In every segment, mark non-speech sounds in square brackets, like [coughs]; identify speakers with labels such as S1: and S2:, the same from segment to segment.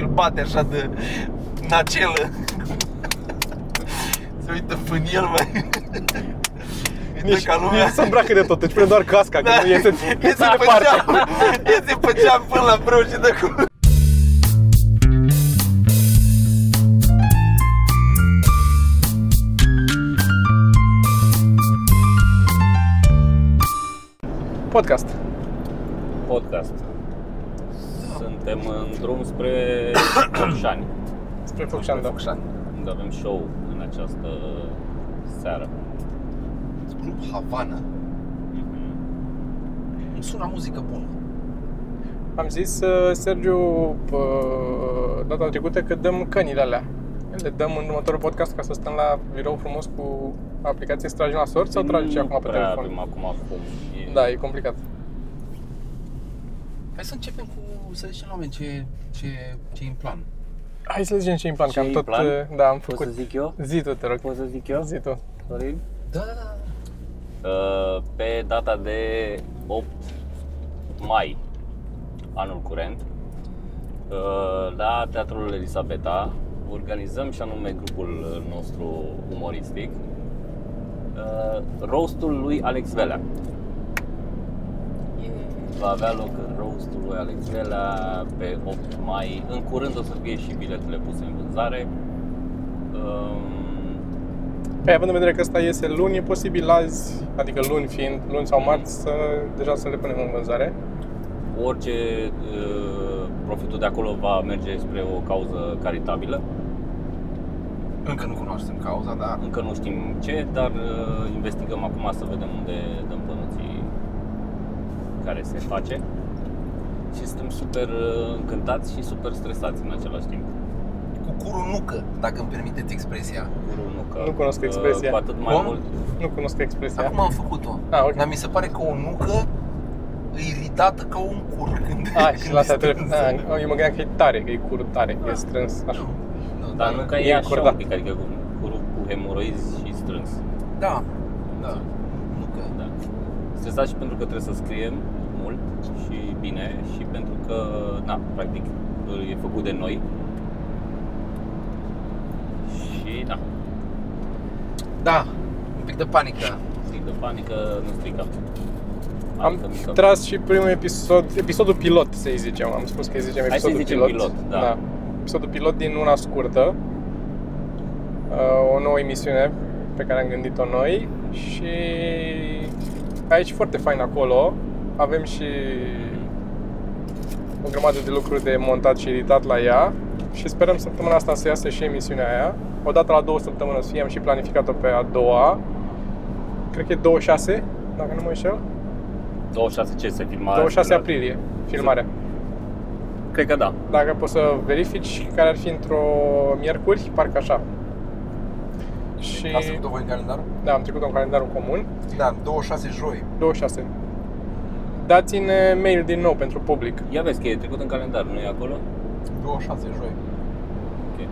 S1: îl bate așa de nacelă. Se uită în el, mai. Uite
S2: Nici,
S1: ca lumea. Da.
S2: nici se îmbracă de tot, își prinde doar casca, că
S3: [laughs]
S2: nu iese, iese
S1: pe
S2: departe.
S1: geam. Iese pe geam până la brâu și dă cu...
S2: Podcast.
S4: podcast. Suntem în drum spre
S2: [coughs]
S4: Focșani,
S2: Spre Focșan, da. Focșan.
S4: unde avem show în această seară.
S1: Club Havana.
S4: Mhm.
S3: Mm-hmm.
S1: Îmi sună muzică bună.
S2: Am zis, uh, Sergiu, uh, data trecută că dăm cănile alea. Le dăm în următorul podcast ca să stăm la birou frumos cu aplicație să tragem la sort sau tragi și
S4: Nu
S2: acum pe
S4: Mm, prea
S2: telefon?
S4: Avem acum cum. E...
S2: Da, e complicat.
S3: Hai să începem cu să zicem la oameni ce, ce, ce e în plan.
S2: Hai să zicem ce e în plan, că
S4: Ce
S2: am
S4: e
S2: tot,
S4: plan?
S2: uh, da, am
S4: Pot să
S2: făcut.
S4: zic eu?
S2: Zi tu, te rog.
S4: Pot să zic eu?
S2: Zi tu.
S4: Dorin?
S3: Da, da, da.
S4: Uh, Pe data de 8 mai, anul curent, uh, la Teatrul Elisabeta organizăm și anume grupul nostru umoristic uh, roastul lui Alex Velea. Va avea loc roastul lui Alex Velea pe 8 mai. În curând o să fie și biletele puse în vânzare. Um,
S2: Păi, având în vedere că asta iese luni, e posibil azi, adică luni fiind, luni sau marți, să, deja să le punem în vânzare.
S4: orice uh, profitul de acolo va merge spre o cauză caritabilă.
S3: Încă nu cunoaștem cauza, dar
S4: Încă nu știm ce, dar uh, investigăm acum să vedem unde dăm bănuții care se face. Și suntem super uh, încântați și super stresați în același timp.
S3: cu curul nucă, dacă îmi permiteți expresia.
S4: Guru nu, că,
S2: Nu cunosc
S4: uh,
S2: expresia.
S4: Cu atât mai
S3: Bun.
S4: mult.
S2: Nu cunosc expresia.
S3: Acum am făcut-o.
S2: Ah, ok.
S3: Dar mi se pare că o nucă e iritată ca un cur când
S2: A, Ah, și
S3: când
S2: la
S3: e
S2: asta trebuie.
S3: strânsă.
S2: A, eu mă gândeam că e tare, că e curul tare, că e strâns, așa.
S3: Nu,
S2: Da,
S4: Dar nu ca
S2: E
S4: e, așa
S2: încordat.
S4: un pic, adică cu, cu, cu hemoroizi și strâns.
S3: Da, da. Nucă.
S4: Da. Stresați și pentru că trebuie să scriem mult și bine și pentru că, na, practic, e făcut de noi. Și, da,
S3: Da, un pic de panică.
S4: stric de panică, nu stricăm. Adică
S2: Am
S4: mică-
S2: tras și primul episod, episodul pilot, să zicem. Am spus că îi zicem
S4: Hai să-i
S2: episodul
S4: zicem
S2: pilot.
S4: pilot, da.
S2: Episodul pilot din una scurtă. Uh, O nouă emisiune pe care am gândit-o noi și aici foarte fain acolo. Avem și o grămadă de lucruri de montat și editat la ea și sperăm săptămâna asta să iasă și emisiunea aia. O dată la două săptămâni o să fie, am și planificat-o pe a doua. Cred că e 26, dacă nu mă înșel.
S4: 26 ce se filma? Da.
S2: 26 aprilie, filmarea.
S4: Cred că da.
S2: Dacă poți să verifici care ar fi într-o miercuri, parcă așa. Și
S3: Ați făcut-o voi în calendar?
S2: da, am trecut un calendar în comun,
S3: Da, 26 joi.
S2: 26. Dați-ne mail din nou pentru public.
S4: Ia vezi că e trecut în calendar, nu e acolo?
S3: 26 joi.
S4: Ok.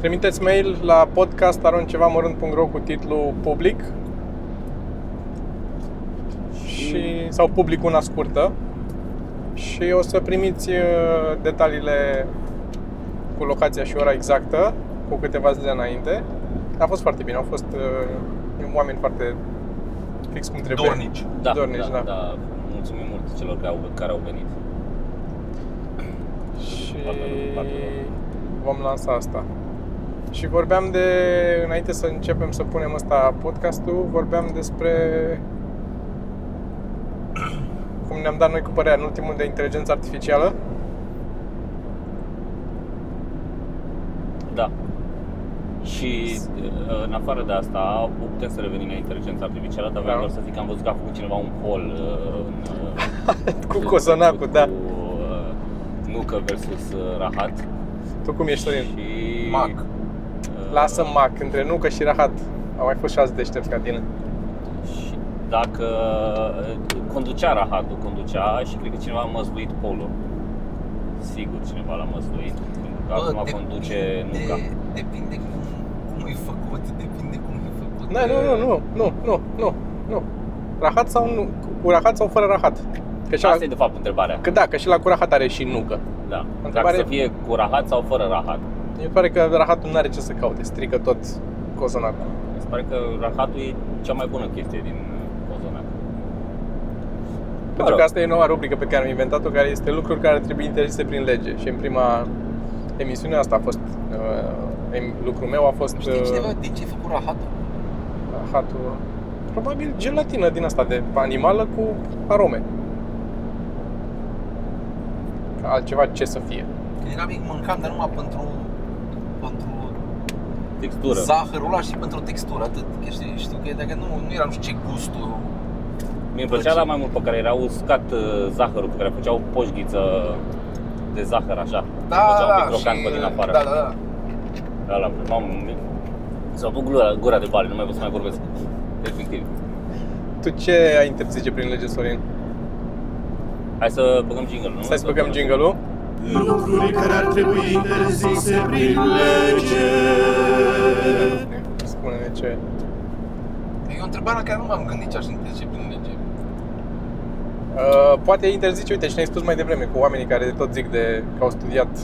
S2: Trimiteți mail la podcast.aroncevamărunt.ro cu titlu public și, sau public una scurtă și o să primiți uh, detaliile cu locația și ora exactă cu câteva zile înainte. A fost foarte bine, au fost uh, oameni foarte fix cum trebuie.
S3: Dornici.
S4: Da,
S2: Dornici,
S4: da,
S2: da.
S4: da. Mulțumim mult celor care au, care au venit.
S2: și
S4: Parcă- parcă-
S2: vom lansa asta. Și vorbeam de, înainte să începem să punem asta podcastul, vorbeam despre [coughs] cum ne-am dat noi cu părerea în ultimul de inteligență artificială. [laughs]
S4: Da. Și uh, în afară de asta, putem să revenim la inteligența artificială, dar vreau
S2: Da.
S4: doar să zic că am văzut că a făcut cineva un poll uh, în, uh,
S2: Cu cozonacul,
S4: cu,
S2: da.
S4: uh, Nucă versus uh, Rahat.
S2: Tu cum ești, Sorin?
S4: Și
S3: Mac.
S4: uh,
S2: Lasă Mac, între Nucă și Rahat. Au mai fost și alți deștepți ca tine.
S4: Și dacă uh, conducea Rahatul, conducea și cred că cineva a măsluit polul. Sigur cineva l-a măsluit, pentru că acum conduce Nuca.
S3: de, Depinde cum, cum e făcut, depinde cum e făcut.
S2: Da, Nu, nu, nu, nu, nu, nu, nu. Rahat sau nu? Cu rahat sau fără rahat? Că și, la,
S4: Asta e de fapt întrebarea.
S2: că da, că și la Curahat are și nucă.
S4: Da.
S2: Întrebare-
S4: Dacă să fie cu rahat sau fără rahat.
S2: Mi se pare că rahatul nu are ce să caute, strică tot cozonacul.
S4: Mi se pare că rahatul e cea mai bună chestie din uh, cozonat.
S2: Pentru
S4: rog.
S2: că asta e noua rubrică pe care am inventat-o, care este lucruri care trebuie interzise prin lege. Și în prima emisiune asta a fost, uh, em- lucrul meu a fost
S3: Știi cineva
S2: uh,
S3: de ce e făcut rahatul?
S2: rahatul, probabil gelatină din asta de animală cu arome. Ca Altceva ce să fie.
S3: Când eram mic mâncam, dar numai pentru, pentru
S4: Textură.
S3: zahărul ăla și pentru textură, atât. Că știu, știu că dacă nu, nu era nu știu ce gustul.
S4: Mi-e plăcea la mai mult pe care era uscat uh, zahărul, pe care făceau poșghiță de zahăr așa. făceau un pic crocant pe din afară.
S3: da, da, da.
S4: Da, la mamă, s-a făcut gura, gura de bale, nu mai pot să mai vorbesc. Efectiv.
S2: Tu ce ai interzice prin lege, Sorin?
S4: Hai să băgăm jingle, nu?
S2: Stai să băgăm jingle
S5: Lucruri care ar trebui interzise prin lege.
S2: Spune-ne ce...
S3: E o întrebare la care nu m-am gândit ce aș interzice prin lege.
S2: Uh, poate interzice, uite, și ne-ai spus mai devreme, cu oamenii care tot zic de, că au studiat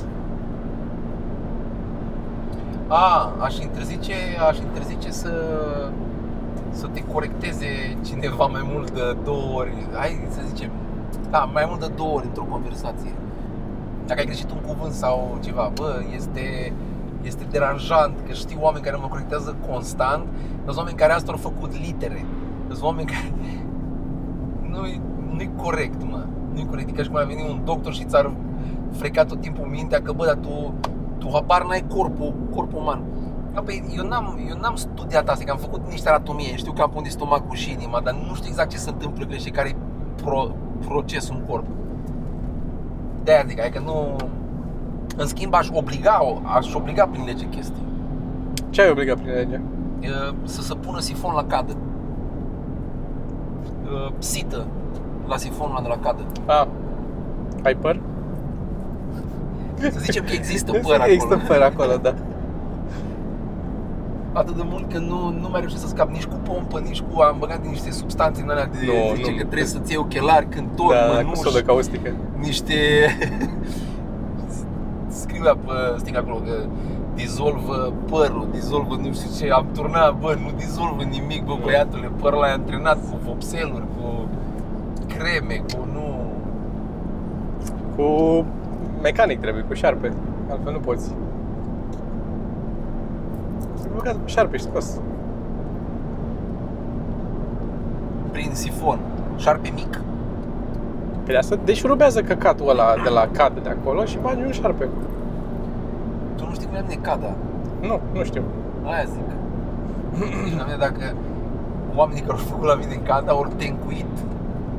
S3: A, aș interzice, aș interzice să, să te corecteze cineva mai mult de două ori. Hai să zicem, da, mai mult de două ori într-o conversație. Dacă ai greșit un cuvânt sau ceva, bă, este, este deranjant că știu oameni care mă corectează constant, dar sunt oameni care asta au făcut litere. Sunt oameni care... [laughs] Nu-i, nu-i corect, mă. Nu-i corect. E ca și cum ar veni un doctor și ți-ar freca tot timpul mintea că, bă, dar tu, tu habar n-ai corpul, corpul uman. Da, păi, eu n-am, eu n-am studiat asta, că am făcut niște anatomie, știu că am pun stomacul și inima, dar nu știu exact ce se întâmplă greșit, care e pro, procesul în corp. De-aia zic, adică nu... În schimb, aș obliga, aș obliga prin lege chestii.
S2: ce ai obligat prin lege.
S3: E, să se pună sifon la cadă. E, Sită la sifonul ăla de la cadă.
S2: A, Ah, ai păr?
S3: Să zicem că există păr acolo.
S2: Există păr acolo, da.
S3: Atât de mult că nu, nu mai reușesc să scap nici cu pompă, nici cu... Am băgat niște substanțe în alea de...
S2: Nu,
S3: zice
S2: nu.
S3: că trebuie să-ți iei ochelari, cântor,
S2: da, cu
S3: mănuși,
S2: sodă caustică.
S3: niște... [laughs] Scriu la pe stic acolo că dizolvă părul, dizolvă nu știu ce, am turnat, bă, nu dizolvă nimic, bă, băiatule, părul l-ai antrenat cu vopseluri, cu creme, cu nu...
S2: Cu mecanic trebuie, cu șarpe. Altfel nu poți. Trebuie băgat cu șarpe și scos.
S3: prin sifon. Șarpe mic.
S2: Păi asta deșurubează căcatul ăla de la cadă de acolo și bagi un șarpe.
S3: Tu nu știi cum e da. la mine cada.
S2: Nu, nu știu.
S3: Aia zic. [clears throat] Deci la mine dacă oamenii care au făcut la mine în cada ori te încuit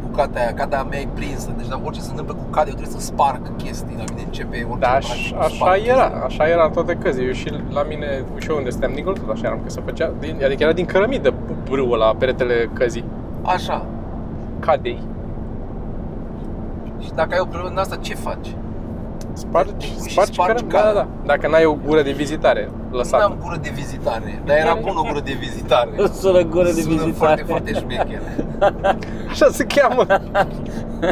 S3: bucata aia, cada mea e prinsă. Deci la orice se întâmplă cu cade, eu trebuie să sparg chestii. La mine începe orice
S2: Da,
S3: practic,
S2: aș,
S3: cu
S2: așa
S3: sparg
S2: era,
S3: chestii.
S2: așa era în toate căzile. Eu și la mine, și eu unde stăteam Nicol, tot așa eram, că se făcea, din, adică era din cărămidă brâul la peretele căzii,
S3: Așa.
S2: cadei.
S3: Și dacă ai o problemă din asta, ce faci?
S2: Spargi,
S3: Și spargi
S2: spargi, spargi da, da, da. Dacă n-ai o gură de vizitare
S3: Nu
S2: lăsată.
S3: am gură de vizitare, dar era bună gură de vizitare.
S2: [laughs]
S4: Sună gură de
S3: Sună
S4: vizitare.
S3: foarte, foarte șmecher.
S2: Așa se cheamă.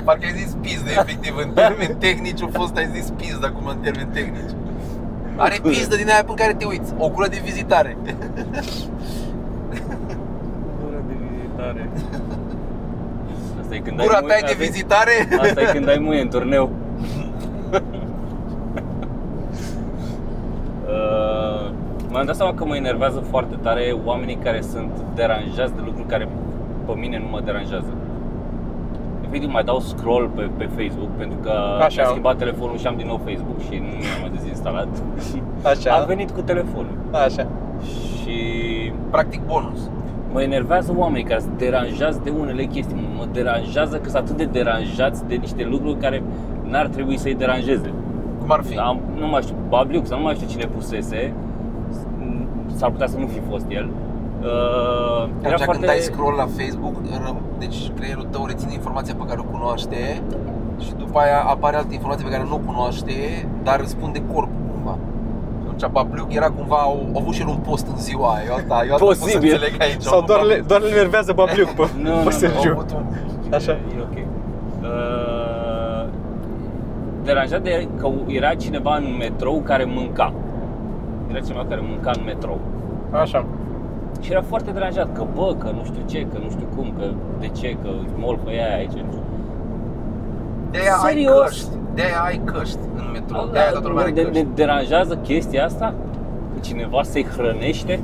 S3: Parcă ai zis pizdă, efectiv, în termeni tehnici au fost, ai zis pizdă acum în termeni tehnici. Are pizdă din aia pe care te uiți, o gură de vizitare.
S4: Gură de
S3: [laughs]
S4: vizitare. Asta e când
S3: Gura
S4: ai
S3: ta
S4: muie,
S3: e de
S4: asta e-
S3: vizitare?
S4: Asta e când ai muie în turneu. Uh, M-am dat seama că mă enervează foarte tare oamenii care sunt deranjați de lucruri care pe mine nu mă deranjează. Efectiv, mai dau scroll pe, pe Facebook pentru că
S2: Așa.
S4: am schimbat telefonul și am din nou Facebook și nu mi-am mai dezinstalat. Am
S2: Așa,
S4: venit cu telefonul
S2: așa.
S4: și
S3: Practic bonus.
S4: Mă enervează oamenii care se deranjează de unele chestii. Mă deranjează că sunt atât de deranjați de niște lucruri care n-ar trebui să-i deranjeze.
S3: Cum ar
S2: Da,
S3: fi?
S4: Am, nu mai știu, Babliuc sau nu mai știu cine pusese, s-ar putea să nu fi fost el. Uh,
S3: Atunci când dai scroll la Facebook, ră- deci creierul tău reține informația pe care o cunoaște și după aia apare altă informație pe care nu o cunoaște, dar răspunde corpul cumva. Și atunci Babliuc era cumva, au, au avut și el un post în ziua aia, eu asta, eu asta pot să
S4: Posibil.
S3: înțeleg aici.
S2: Sau doar le, doar le nervează Babliuc pe,
S4: Nu, nu,
S2: pe
S4: nu,
S3: Au
S2: Sergiu.
S3: avut un
S2: Așa.
S4: E ok. Uh, deranjat de că era cineva în metrou care mânca. Era cineva care mânca în metrou.
S2: Așa.
S4: Și era foarte deranjat că bă, că nu știu ce, că nu știu cum, că de ce, că mol pe aia aici. nu știu.
S3: De aia ai
S4: Serios? Da,
S3: căști. De aia ai căști în metrou. De aia Da, toată lumea
S4: Ne,
S3: are
S4: ne
S3: căști.
S4: deranjează chestia asta? Că cineva se hrănește?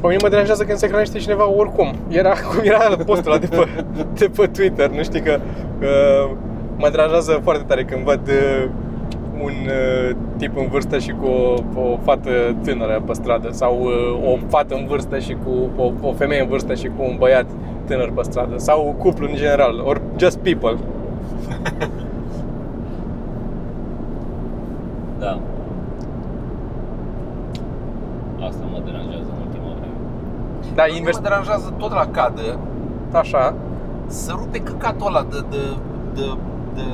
S2: Pe mine mă deranjează când se hrănește cineva oricum. Era [laughs] cum era postul ăla de pe, de pe Twitter, nu știi că uh, mă deranjează foarte tare când văd uh, un uh, tip în vârstă și cu o, o fată tânără pe stradă sau uh, o fată în vârstă și cu o, o femeie în vârstă și cu un băiat tânăr pe stradă sau cuplu în general, or just people.
S4: Da. Asta mă deranjează în ultima vreme.
S3: Pe
S2: Da,
S3: mine
S2: invers
S3: Mă deranjează tot la cadă
S2: așa.
S3: să rupe căcatul ăla de, de, de, de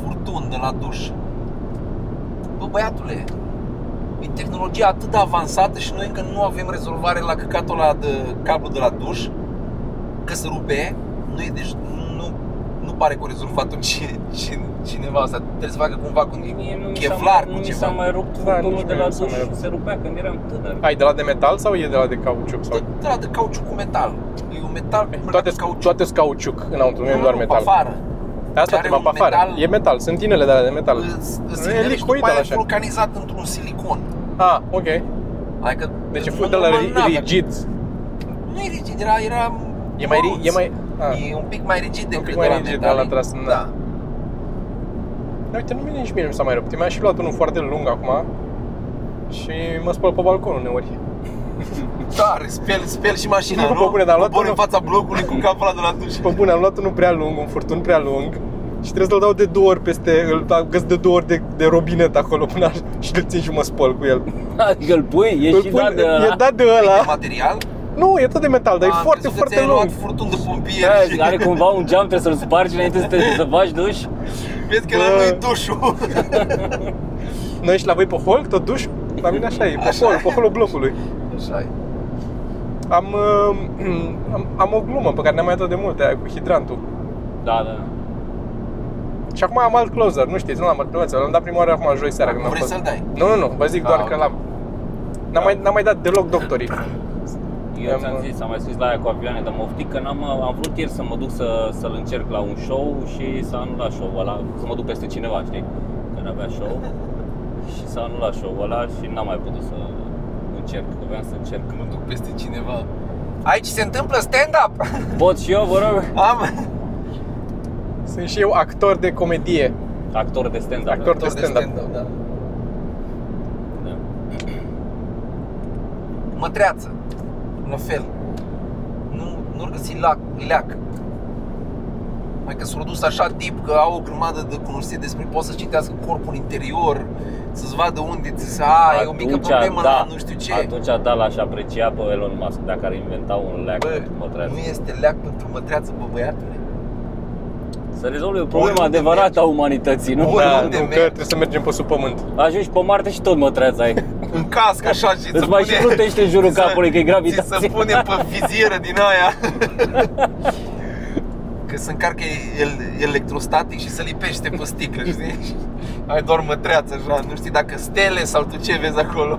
S3: furtun de la duș. Bă, băiatule, e tehnologia atât de avansată și noi încă nu avem rezolvare la căcatul ăla de cablu de la duș, că se rupe, nu e deci, nu, nu pare că o rezolvat [laughs] cine, cine, cineva asta. Trebuie să facă cumva cu
S4: Mie nu mi s-a
S3: cheflar,
S4: mai,
S3: cu
S4: nu mi
S3: ceva.
S4: s-a mai rupt
S2: Da,
S4: da,
S2: nici
S4: de
S2: mie
S4: la
S2: nu s-a
S4: duș,
S2: mai rupt.
S4: se rupea când eram [laughs] tânăr.
S2: Ai de la de metal sau e de la de cauciuc? Sau?
S3: De, de la de cauciuc cu metal. E un metal pe
S2: Toate sunt toate sunt cauciuc înăuntru, nu e doar metal.
S3: Afară.
S2: Pe Asta
S3: Are
S2: te va pe
S3: un
S2: afară.
S3: metal-
S2: E metal, sunt inele de alea de metal.
S3: Îți- îți
S2: Nu e
S3: silești,
S2: licuit,
S3: după aia
S2: dar
S3: e
S2: așa.
S3: vulcanizat într-un silicon.
S2: Ah, ok.
S3: Adică
S2: Deci e
S3: în
S2: făcut de
S3: mod
S2: la
S3: normal n-avea.
S2: rigid.
S3: Nu e rigid, era, era
S2: E mai, ri- e mai... Ah.
S3: e un pic mai rigid decât
S2: pic
S3: de
S2: mai
S3: la
S2: rigid,
S3: metal.
S2: ăla tras în-
S3: da.
S2: Uite, nu mine nici mie nu mi s-a mai rupt. Eu Mi-am și luat unul foarte lung acum și mă spăl pe balcon uneori.
S3: Da, speli, speli și mașina,
S2: Nu,
S3: nu?
S2: pe bune, dar a luat
S3: Cobori în
S2: unul-
S3: fața blocului cu capul ăla de la duș.
S2: Pe bune, am luat unul prea lung, un furtun prea lung și trebuie să-l dau de două ori peste, îl dau- găs de două ori de, de robinet acolo până aș, [laughs] și îl țin și mă spăl cu el.
S4: Adică îl pui, e
S2: Îl
S4: și dat de ăla.
S2: e dat de
S3: De
S2: ăla.
S3: material?
S2: Nu, e tot de metal, dar
S3: Am
S2: e foarte,
S3: crezut Ah, că
S2: foarte
S3: ți-ai
S2: lung.
S3: luat furtun de
S4: Da,
S3: pompier și
S4: Are cumva un geam, trebuie să-l spargi înainte să te să faci duș?
S3: vezi că la
S2: da. Bă.
S3: noi e dușul.
S2: Noi ești la voi pe hol, tot duș? La mine așa e, pe
S3: Așa.
S2: hol, pe holul blocului.
S3: Așa e.
S2: Am, uh, [clears throat] am, am o glumă pe care ne-am mai dat de multe, aia cu hidrantul.
S4: Da, da.
S2: Și acum am alt closer, nu știți, nu l-am nu l-am dat prima oară acum joi seara când am
S3: Vrei
S2: fost.
S3: să-l dai?
S2: Nu, nu, nu, vă zic doar
S3: Ah,
S2: că
S3: ok.
S2: l-am. N-am mai, n-am mai dat deloc
S3: [coughs]
S2: doctorii.
S4: Eu
S2: Am-
S4: ți-am zis, am mai scris la aia cu avioane de moftic că n-am, am vrut ieri să mă duc să, să-l încerc la un show și s-a anulat show-ul ăla, să mă duc peste cineva, știi? Că n-avea show și s-a anulat show-ul ăla și n-am mai putut să încerc, că vreau să încerc.
S3: Mă duc peste cineva. Aici se întâmplă stand-up.
S4: Pot și eu, vă rog?
S3: Am
S2: Sunt și eu actor de comedie.
S4: Actor de stand-up.
S2: Actor
S3: tot de
S2: stand-up.
S3: stand-up, da.
S4: Da.
S3: mătreață, la fel. Nu, nu găsi lac, leac. Mai că s-au dus așa tip că au o grămadă de cunoștințe despre pot să citească corpul interior, să-ți vadă unde ți se... A, e o mică
S4: Atunci,
S3: problemă
S4: da.
S3: la nu știu ce.
S4: Atunci, da, l-aș aprecia pe Elon Musk dacă ar inventa un leac
S3: Bă,
S4: pentru mătreață.
S3: nu este leac pentru mătreață, bă băiatule.
S4: Să rezolve o problemă
S3: Oriunde
S4: adevărată
S3: mergi.
S4: a umanității, nu?
S3: Bun,
S2: da, nu,
S3: unde
S2: că
S3: mergi?
S2: trebuie să mergem pe sub pământ.
S4: Ajungi pe Marte și tot mătreața
S3: [laughs]
S4: ai.
S3: În casc așa și
S4: Îți Deci mai și plutește în jurul
S3: ți se-
S4: capului, că e gravitație.
S3: ți se Exact. pune pe vizieră din
S4: [laughs]
S3: aia. Că se încarcă el, electrostatic și se lipește pe sticlă, știi? Ai doar mătreață așa, nu știi dacă stele sau tu ce vezi acolo.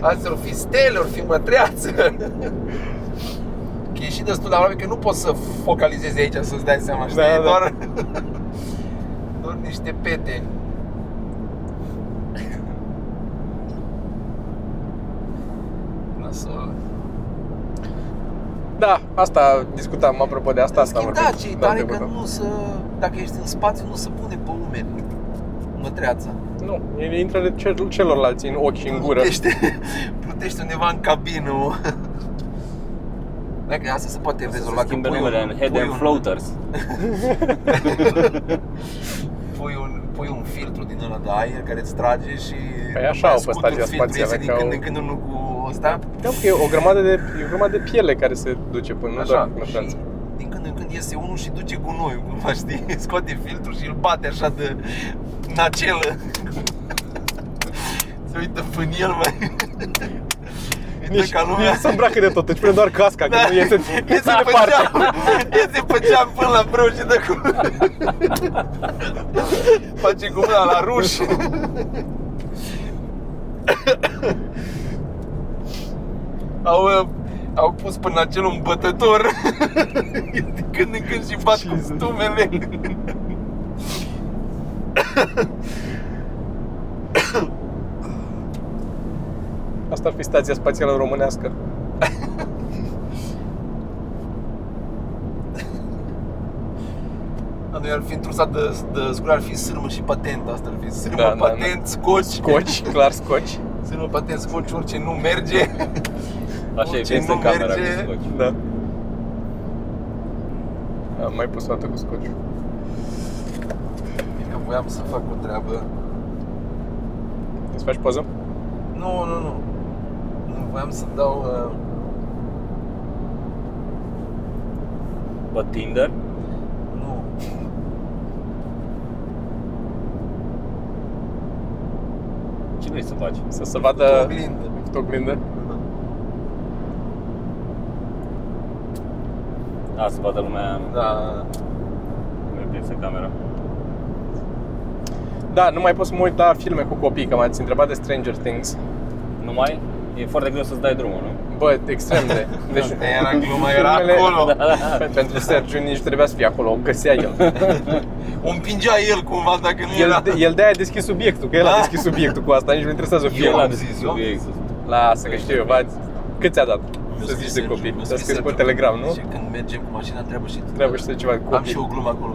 S3: Azi or fi stele, or fi mătreață. Că e și destul de aproape că nu poți să focalizezi aici să-ți dai seama, știi?
S2: Da, da.
S3: Doar, doar niște pete. Nasolă.
S2: Da, asta discutam, apropo de asta. asta am
S3: da,
S2: vorbit
S3: ce
S2: data
S3: tare că
S2: trecută.
S3: nu să, dacă ești în spațiu, nu se pune pe umeri mătreața.
S2: Nu, ele intră de cel, celorlalți în ochi și în gură.
S3: Plutește, [laughs] plutește undeva în cabină. mă. Dacă asta se poate
S4: Să
S3: rezolva.
S4: se schimbe
S3: că pui
S4: numele
S3: un-
S4: în Head
S3: pui
S4: and
S3: un-
S4: Floaters.
S3: pui un, pui un filtru din ăla de aer care îți trage și...
S2: Păi așa au pe
S3: scutul
S2: stația
S3: filtrul
S2: spațială,
S3: iese din
S2: că
S3: când
S2: au-
S3: în când unul cu ăsta.
S2: Da, că e o grămadă de, e o grămadă de piele care se duce până, nu doar
S3: Așa,
S2: cu
S3: și
S2: mătreață.
S3: din când în când iese unul și duce gunoiul, cumva, știi? [laughs] Scoate filtrul și îl bate așa de [laughs] nacelă. Se [laughs] uită până el, mai.
S1: de
S2: Nici,
S1: ca lumea.
S2: nici se îmbracă de tot, își prinde doar casca,
S3: Da.
S2: că nu [laughs] iese,
S3: [laughs]
S2: iese
S3: se
S2: departe.
S3: făceam, eu se făceam până la brâu și de cu... [laughs] Face cu mâna la ruș. [laughs] au, uh, au pus până acel un bătător [laughs] De când în când și bat cu
S1: Jesus.
S3: stumele [laughs]
S2: Asta ar fi stația spațială românească.
S3: La Noi ar fi întrusat de, de scură, ar fi sârmă și patent Asta ar fi sârmă,
S2: Da, da, da.
S3: patent, scoci
S4: [laughs]
S2: Scoci, clar scoci.
S3: Sârmă, patent, scoci, orice nu merge [laughs]
S4: Așa e,
S3: Orice
S4: vezi în
S3: nu
S4: camera
S3: merge.
S4: cu scoci.
S2: Da. Am mai pus o dată cu scociu.
S3: Bine, voiam să fac o treabă
S2: Îți faci poză?
S3: Nu, nu, nu. Nu voiam să dau... Uh,
S4: Pe Tinder,
S3: nu.
S4: ce vrei să faci?
S2: Să se
S3: Da.
S2: vadă
S3: Oglindă.
S2: cu oglindă.
S4: A, să vadă lumea
S3: Da.
S4: cum e prinsă camera.
S2: Da, nu mai pot să mă uit la filme cu copii, că m-ați întrebat de Stranger Things.
S4: Numai e foarte greu să-ți dai drumul, nu?
S2: Bă,
S3: [laughs]
S2: extrem de. Deci,
S3: Asta era gluma, era
S2: filmele-
S3: acolo.
S4: Da, da.
S2: Pe- [laughs] Pentru Sergiu nici nu trebuia să fie acolo, o găsea
S3: [laughs]
S2: el.
S3: O împingea el cumva dacă nu era...
S2: El, el de-aia a deschis subiectul, că el a
S3: Da.
S2: deschis subiectul cu asta, nici nu interesează
S4: Eu
S3: Eu
S2: filmul.
S3: am
S4: l-am
S3: zis,
S4: zis
S3: eu am
S4: subiectul.
S2: Lasă că știu eu, va... Cât ți-a dat? Să zici de copii, să scris pe Telegram, nu?
S3: Zice, când mergem cu mașina, întreabă și...
S2: Trebuie să ceva cu
S3: Am și o
S2: copii.
S3: glumă acolo.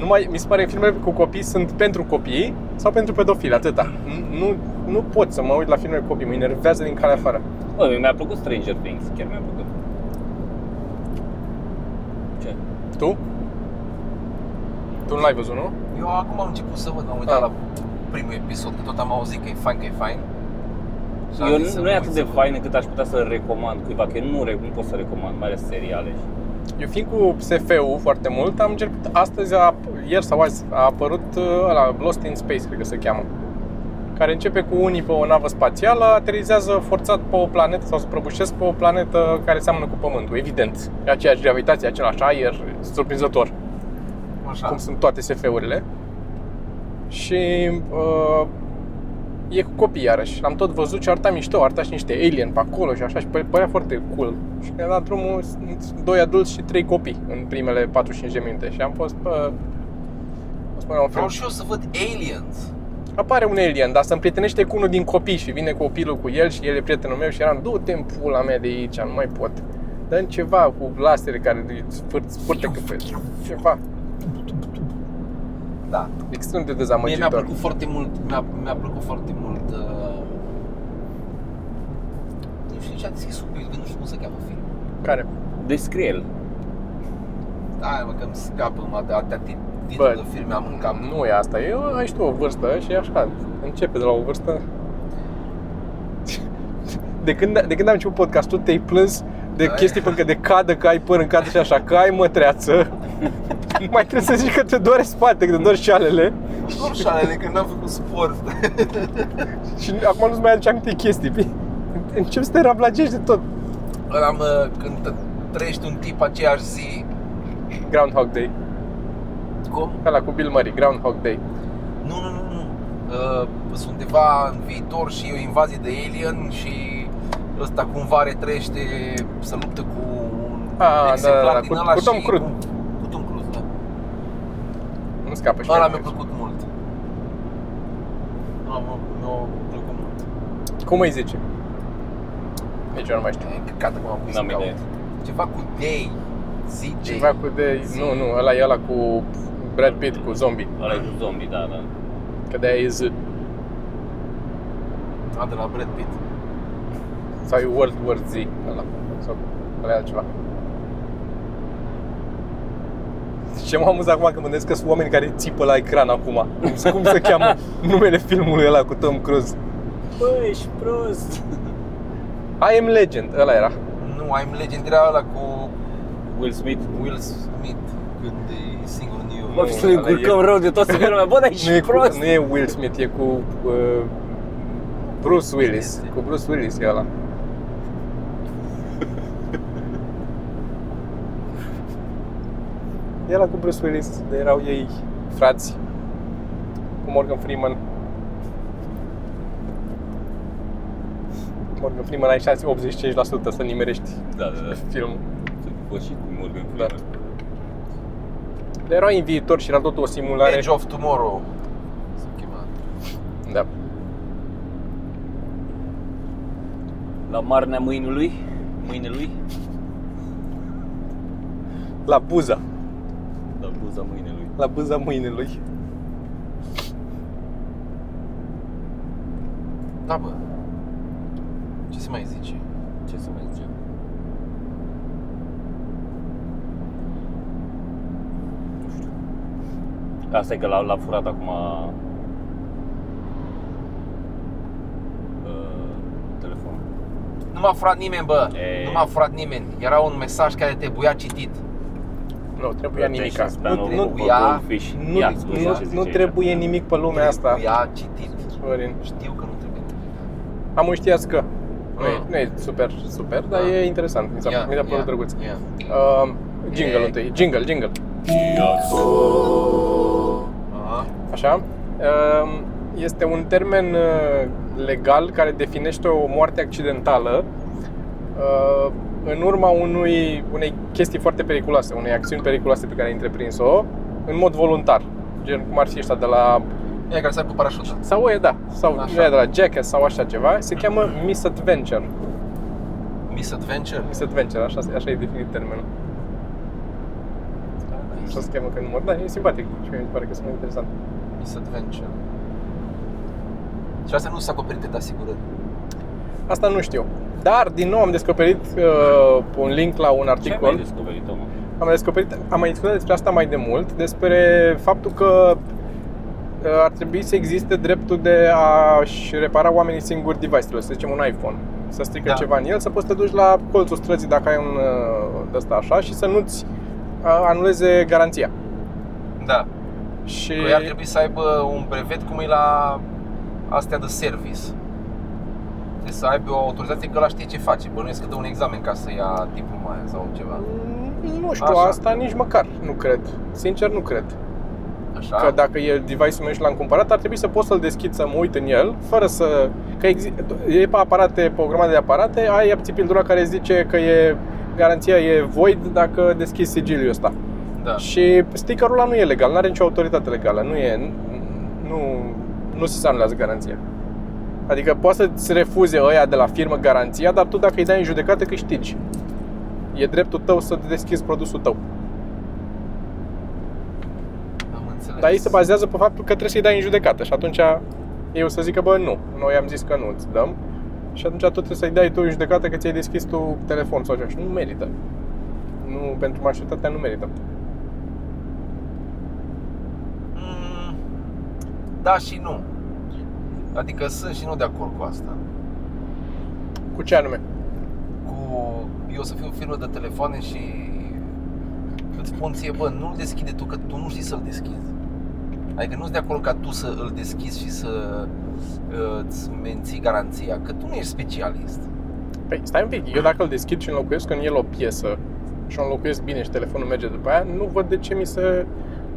S2: Nu mai, mi se pare că filmele cu copii sunt pentru copii sau pentru pedofili, atâta. Nu, nu pot să mă uit la filme cu copii, mă enervează din calea afară.
S4: Bă, mi-a plăcut Stranger Things, chiar mi-a plăcut. Ce?
S2: Tu? Tu nu l-ai văzut, nu?
S3: Eu acum am început să văd, m-am uitat
S2: Da.
S3: la primul episod, că tot am auzit că e fain, că e fain. Și am
S4: Eu
S3: zis să
S4: nu, nu
S3: mă
S4: e
S3: uit
S4: atât de
S3: să văd.
S4: faină cât aș putea să recomand cuiva, că eu nu, re- nu pot să recomand, mai ales seriale. și-
S2: Eu fiind cu SF-ul foarte mult, am început, astăzi, a, ieri sau azi, a apărut uh, ăla, Lost in Space, cred că se cheamă, care începe cu unii pe o navă spațială, aterizează forțat pe o planetă sau se prăbușesc pe o planetă care seamănă cu Pământul, evident. E aceeași gravitație, același aer, surprinzător
S3: Așa.
S2: cum sunt toate SF-urile. Și uh, e cu copii iarăși. L-am tot văzut și arta mișto, arta și niște alien pe acolo și așa și pă- părea foarte cool. Și ne-a dat drumul sunt doi adulți și trei copii în primele 45 de minute și am fost pe... Spune, un film.
S3: Vreau și eu să văd Aliens.
S2: Apare un alien, dar se împrietenește cu unul din copii și vine copilul cu el și el e prietenul meu și eram, du-te în pula mea de aici, nu mai pot. Dăm ceva cu lasere care îi sfâr- spârte câte ceva.
S3: Da.
S2: Extrem de
S3: Mie mi-a
S2: dezamăgitor.
S3: plăcut foarte mult, mi-a, mi-a plăcut foarte mult uh, Nu știu nici a deschis subiectul, că nu știu cum se cheamă filmul
S2: Care?
S4: Descrie-l.
S3: Da, mă, că îmi scapă, mă, de atâtea tit-
S2: Bă,
S3: titluri de filme am în cap
S2: Cam nu e asta, e, ai și tu o vârstă și e așa, începe de la o vârstă. De când, de când am început podcastul, te-ai plâns de
S3: Da.
S2: chestii până că de cadă, că ai păr în cadă și așa, că ai mătreață.
S4: [laughs]
S2: Mai trebuie să zici că te doare spate, că te doare șalele
S3: Nu șalele, că n-am făcut sport
S2: și acum nu-ți mai aduce aminte chestii. Începi să te rablagești de tot.
S3: [laughs] Ăla, mă, când te trăiești un tip aceeași zi
S2: Groundhog Day,
S3: Cum?
S2: ăla cu Bill Murray, Groundhog Day.
S3: Nu, nu, nu, nu uh, Sunt undeva în viitor și e o invazie de alien și ăsta cumva retrăiește să luptă cu un
S2: Ah,
S3: exemplar
S2: da, da, da,
S3: din
S2: cu-
S3: ăla
S2: cu Tom
S3: și
S2: Cruise.
S3: Cu, cu Tom Cruise, da
S2: Nu scapă și
S3: Ăla
S2: mie.
S3: mi-a plăcut mult. Ăla mi-a mi-a plăcut mult.
S2: Cum îi zice? Nici eu nu mai știu.
S3: E căcat acum cum
S4: N-am idee.
S3: Ceva cu day, zi day.
S2: Ceva cu de... Nu, nu, ăla e ăla cu Brad Pitt, cu zombie.
S4: Ăla e cu zombie, da, da.
S2: Că de-aia e Z.
S3: A, de la Brad Pitt.
S2: Sau e World War Z ăla. Sau ăla e altceva. Ce m-am amuzat acum că mă gândesc că sunt oameni care țipă la ecran acum. Cum, cum se
S3: [laughs]
S2: cheamă numele filmului ăla cu Tom Cruise?
S4: Bă, ești prost!
S2: I am Legend, ăla era.
S3: Nu, I'm Legend era ăla cu
S4: Will Smith.
S3: Will Smith când e singur în New York.
S4: Bă,
S2: fi
S4: să ne încurcăm rău de toată lumea, bă, dar
S2: Nu e,
S4: ești
S2: cu,
S4: prost!
S2: nu e Will Smith, e cu... Uh, Bruce Willis. Cu Bruce Willis e ăla. Era cu Bruce Willis, de erau ei frați. Cu Morgan Freeman. Morgan Freeman ai șanse 85% să nimerești
S4: Da, da, da.
S2: filmul.
S4: Sunt pășit cu Morgan
S2: Da.
S4: Freeman.
S2: Dar erau în viitor și era tot o simulare.
S3: Edge of Tomorrow. Se chema.
S2: Da.
S4: La marnea mâinului, mâinelui,
S2: La buza.
S4: la buza mâinelui.
S2: La buza mâinelui.
S3: Da, bă. Ce se mai zice?
S4: Ce să mai zicem? Nu știu. Asta e că l-a, l-a furat acum uh, telefonul.
S3: Nu m-a furat nimeni, bă.
S4: E.
S3: Nu m-a furat nimeni. Era un mesaj care trebuia citit.
S2: Nu, trebuia nimica.
S4: Attention
S2: Nu,
S4: span of
S2: nu,
S3: trebuia-
S4: goldfish.
S2: nu,
S4: Ia, scuze,
S2: nu,
S4: ce zice
S2: nu
S4: aici?
S2: trebuie nimic pe lumea asta.
S3: Trebuia citit.
S2: Florin.
S3: Știu că nu trebuie.
S2: Am un știați că. Nu, e,
S3: Ah.
S2: nu e super, super, dar
S3: Ah.
S2: e interesant. Mi s-a,
S3: Ia,
S2: mi s-a părut
S3: ia,
S2: drăguț.
S3: ia.
S2: Uh, jingle
S3: E-
S2: întâi. Jingle, jingle.
S3: Aha.
S2: Așa? Uh, este un termen uh, legal care definește o moarte accidentală uh, în urma unui, unei chestii foarte periculoase, unei acțiuni periculoase pe care ai întreprins-o, în mod voluntar. Gen cum ar fi ăștia de la
S3: Ia care s-a cu parașuta.
S2: Sau e, da, sau
S3: Așa.
S2: așa. de la Jackass sau așa ceva, se cheamă misadventure.
S3: Miss Adventure.
S2: Misadventure, așa, așa e definit termenul. Așa se cheamă când mor, da, e simpatic și mie mi se pare că sunt interesant.
S3: Miss Adventure. Și asta nu s-a acoperit de asigurări.
S2: Asta nu știu. Dar, din nou, am descoperit uh, un link la un
S4: Ce ai
S2: articol.
S4: descoperit, omul?
S2: Am descoperit, am mai discutat despre asta mai de mult, despre faptul că uh, ar trebui să existe dreptul de a-și repara oamenii singuri device-urile, să zicem un iPhone. Să strică
S3: Da.
S2: ceva în el, să poți să te duci la colțul străzii dacă ai un uh, de ăsta așa și să nu-ți uh, anuleze garanția.
S3: Da.
S2: Și
S3: Că ei ar trebui să aibă un brevet cum e la astea de service. Trebuie să aibă o autorizație că la știe ce face. Bănuiesc că dă un examen ca să ia diploma aia sau ceva.
S2: Nu știu,
S3: Așa.
S2: asta nici măcar nu cred. Sincer, nu cred.
S3: Așa?
S2: Că da. dacă e device-ul meu și l-am cumpărat, ar trebui să pot să-l deschid, să mă uit în el, fără să... Că exi... e pe aparate, pe o grămadă de aparate, ai apți pildura care zice că e garanția e void dacă deschizi sigiliul ăsta.
S3: Da.
S2: Și stickerul ăla nu e legal, nu are nicio autoritate legală, nu e... Nu, nu se anulează garanția. Adică poate să-ți refuze ăia de la firmă garanția, dar tu dacă îi dai în judecată câștigi. E dreptul tău să deschizi produsul tău.
S3: Am înțeles.
S2: Dar ei se bazează pe faptul că trebuie să-i dai în judecată și atunci eu să zică, bă, nu, noi am zis că nu îți dăm și atunci tu trebuie să-i dai tu în judecată că ți-ai deschis tu telefon sau ceva și nu merită. Nu, pentru majoritatea nu merită.
S3: Mm, Da și nu. Adică sunt și nu de acord cu asta.
S2: Cu ce anume?
S3: Cu eu să fiu firmă de telefoane și îți spun ție, bă, nu-l deschide tu, că tu nu știi să-l deschizi. Adică nu-ți de acord ca tu să îl deschizi și să uh, îți menții garanția, că tu nu ești specialist.
S2: Păi, stai un pic, eu dacă îl deschid și înlocuiesc în el o piesă și o înlocuiesc bine și telefonul merge după aia, nu văd de ce mi se...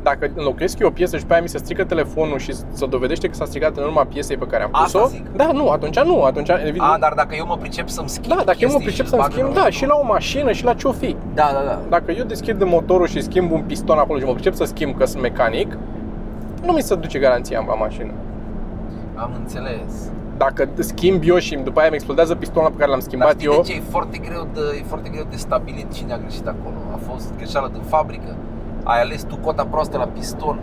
S2: Dacă înlocuiesc eu o piesă și pe aia mi se strică telefonul și se dovedește că s-a stricat în urma piesei pe care am
S3: Asta
S2: pus-o,
S3: zic.
S2: da, nu, atunci nu, atunci evident.
S3: A, dar dacă eu mă pricep să-mi schimb
S2: Da, dacă eu mă
S3: chestii
S2: pricep
S3: și
S2: să-mi
S3: bag
S2: schimb, da,
S3: înăuntru.
S2: și la o mașină și la ce o fi.
S3: Da, da, da.
S2: Dacă eu deschid motorul și schimb un piston acolo și mă pricep să schimb că sunt mecanic, nu mi se duce garanția la mașină.
S3: Am înțeles.
S2: Dacă schimb eu și după aia îmi explodează pistonul pe care l-am
S3: Dar
S2: schimbat
S3: știi de
S2: eu,
S3: ce? E foarte, greu de, e foarte greu de stabilit cine a greșit acolo. A fost greșeală din fabrică. Ai ales tu cota proastă la piston.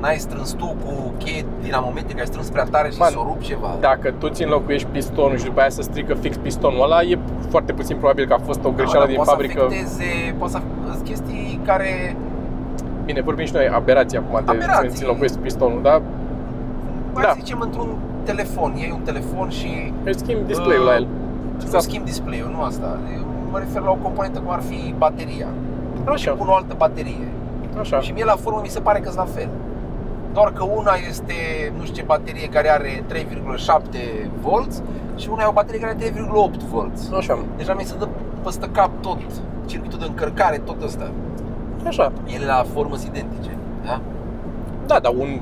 S3: N-ai strâns tu cu cheie dinamometrică, ai strâns prea tare și
S2: Man, da,
S3: s-o rup ceva.
S2: dacă tu ți înlocuiești pistonul și după aia să strică fix pistonul ăla, e foarte puțin probabil că a fost o greșeală
S3: Da, dar
S2: din
S3: poate Să
S2: fabrică.
S3: afecteze, poate să sunt chestii care
S2: Bine, vorbim și noi aberații acum de
S3: Aberații.
S2: să ți înlocuiești pistonul, dar
S3: mai
S2: Da.
S3: zicem într-un telefon, iei un telefon și
S2: îți schimb display-ul la el.
S3: exact. nu
S2: Exact.
S3: schimbi display-ul, nu asta. Eu mă refer la o componentă cum ar fi bateria.
S2: Așa,
S3: Pun o altă baterie.
S2: așa.
S3: Și mie la formă mi se pare că la fel. doar că una este, nu știu ce, baterie care are 3,7 V și una e o baterie care are 3,8 V.
S2: Așa,
S3: Deja mi se dă păstă cap tot, circuitul de încărcare, tot ăsta.
S2: așa.
S3: Ele la formă sunt identice, da?
S2: Da, dar un...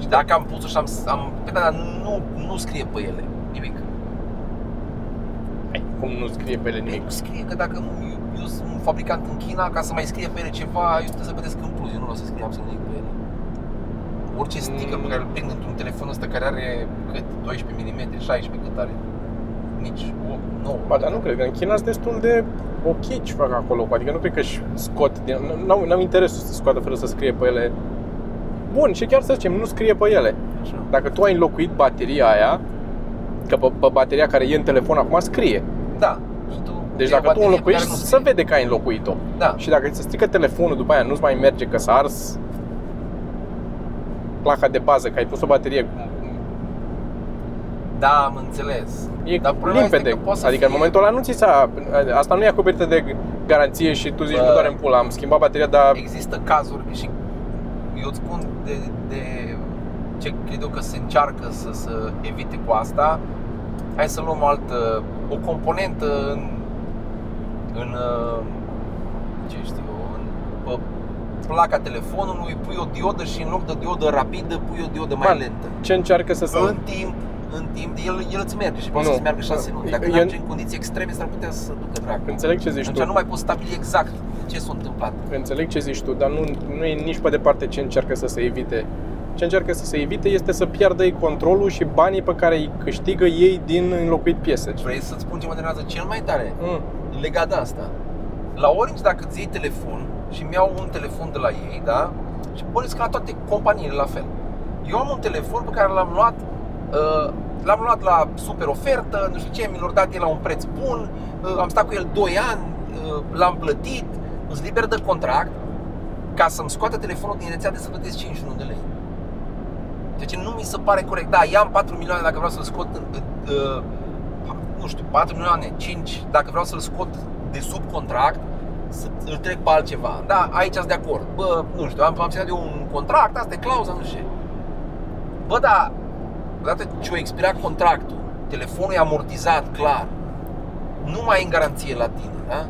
S3: Și dacă am pus-o și am, am pe dar nu, nu scrie pe ele nimic.
S2: Hai, cum nu scrie pe ele nimic?
S3: Nimic scrie că dacă nu, eu, eu sunt un fabricant în China, ca să mai scrie pe ele ceva, eu trebuie să plătesc în plus, eu nu o să scrie absolut nimic pe ele. Orice
S2: Mm.
S3: sticker pe care îl prind într-un telefon ăsta care are cât 12 mm, 16 cât are, nici 8, 9.
S2: Ba, dar nu cred că în China sunt destul de ok ce fac acolo, cu- adică nu cred că își scot din... N-am, n-am interesul să scoată fără să scrie pe ele. Bun, și chiar să zicem, nu scrie pe ele.
S3: Așa.
S2: Dacă tu ai înlocuit bateria aia, că pe, pe bateria care e în telefon acum scrie.
S3: Da. Și tu,
S2: Deci
S3: e
S2: dacă
S3: o
S2: tu
S3: baterie pe
S2: înlocuiești,
S3: care nu
S2: să
S3: scrie.
S2: vede că ai înlocuit-o.
S3: Da.
S2: Și dacă ți se strică telefonul după aia, nu-ți mai merge că s-a ars placa de bază, că ai pus o baterie
S3: Da, am înțeles.
S2: E
S3: Dar
S2: Dar
S3: problema
S2: limpede.
S3: este că poate să
S2: adică în
S3: fie-
S2: momentul ăla nu ți s-a... Asta nu e acoperită de garanție și tu zici,
S3: Bă.
S2: bă, doar în pula, am schimbat bateria, dar...
S3: Există cazuri și eu îți spun de, de ce cred eu că se încearcă să, să evite cu asta. Hai să luăm o altă, o componentă în, în uh, ce știu, eu, în pe placa telefonului, pui o diodă și în loc de diodă rapidă, pui o diodă mai
S2: Man,
S3: lentă.
S2: Ce încearcă să se...
S3: În timp, în timp, el, el îți merge și poate
S2: Nu.
S3: să-ți meargă 6 luni. Dacă
S2: Eu-
S3: eu... în condiții extreme, s-ar putea să ducă dracu.
S2: Înțeleg ce zici
S3: Atunci
S2: tu.
S3: nu mai poți stabili exact ce s-a întâmplat.
S2: Înțeleg ce zici tu, dar nu, nu e nici pe departe ce încearcă să se evite. Ce încearcă să se evite este să piardă ei controlul și banii pe care îi câștigă ei din înlocuit piese.
S3: Vrei să-ți spun ce mă deranjează cel mai tare
S2: Mm.
S3: legat de asta? La Orange, dacă îți iei telefon și îmi iau un telefon de la ei, da? Și bănuiesc că la toate companiile la fel. Eu am un telefon pe care l-am luat uh, L-am luat la super ofertă, nu știu ce, mi l-au dat el la un preț bun, uh, am stat cu el 2 ani, uh, l-am plătit, îți liber de contract, ca să-mi scoată telefonul din rețea de să plătesc 51 de lei. Deci nu mi se pare corect. Da, ia am 4 milioane dacă vreau să-l scot, în- în- uh, nu știu, 4 milioane, 5, dacă vreau să-l scot de sub contract, să îl trec pe altceva. Da, aici sunt de acord. Bă, nu știu, am, am semnat eu un contract, asta e clauza, nu știu. ce. Bă, da, odată ce o expirat contractul, telefonul e amortizat, clar, nu mai e în garanție la tine, da?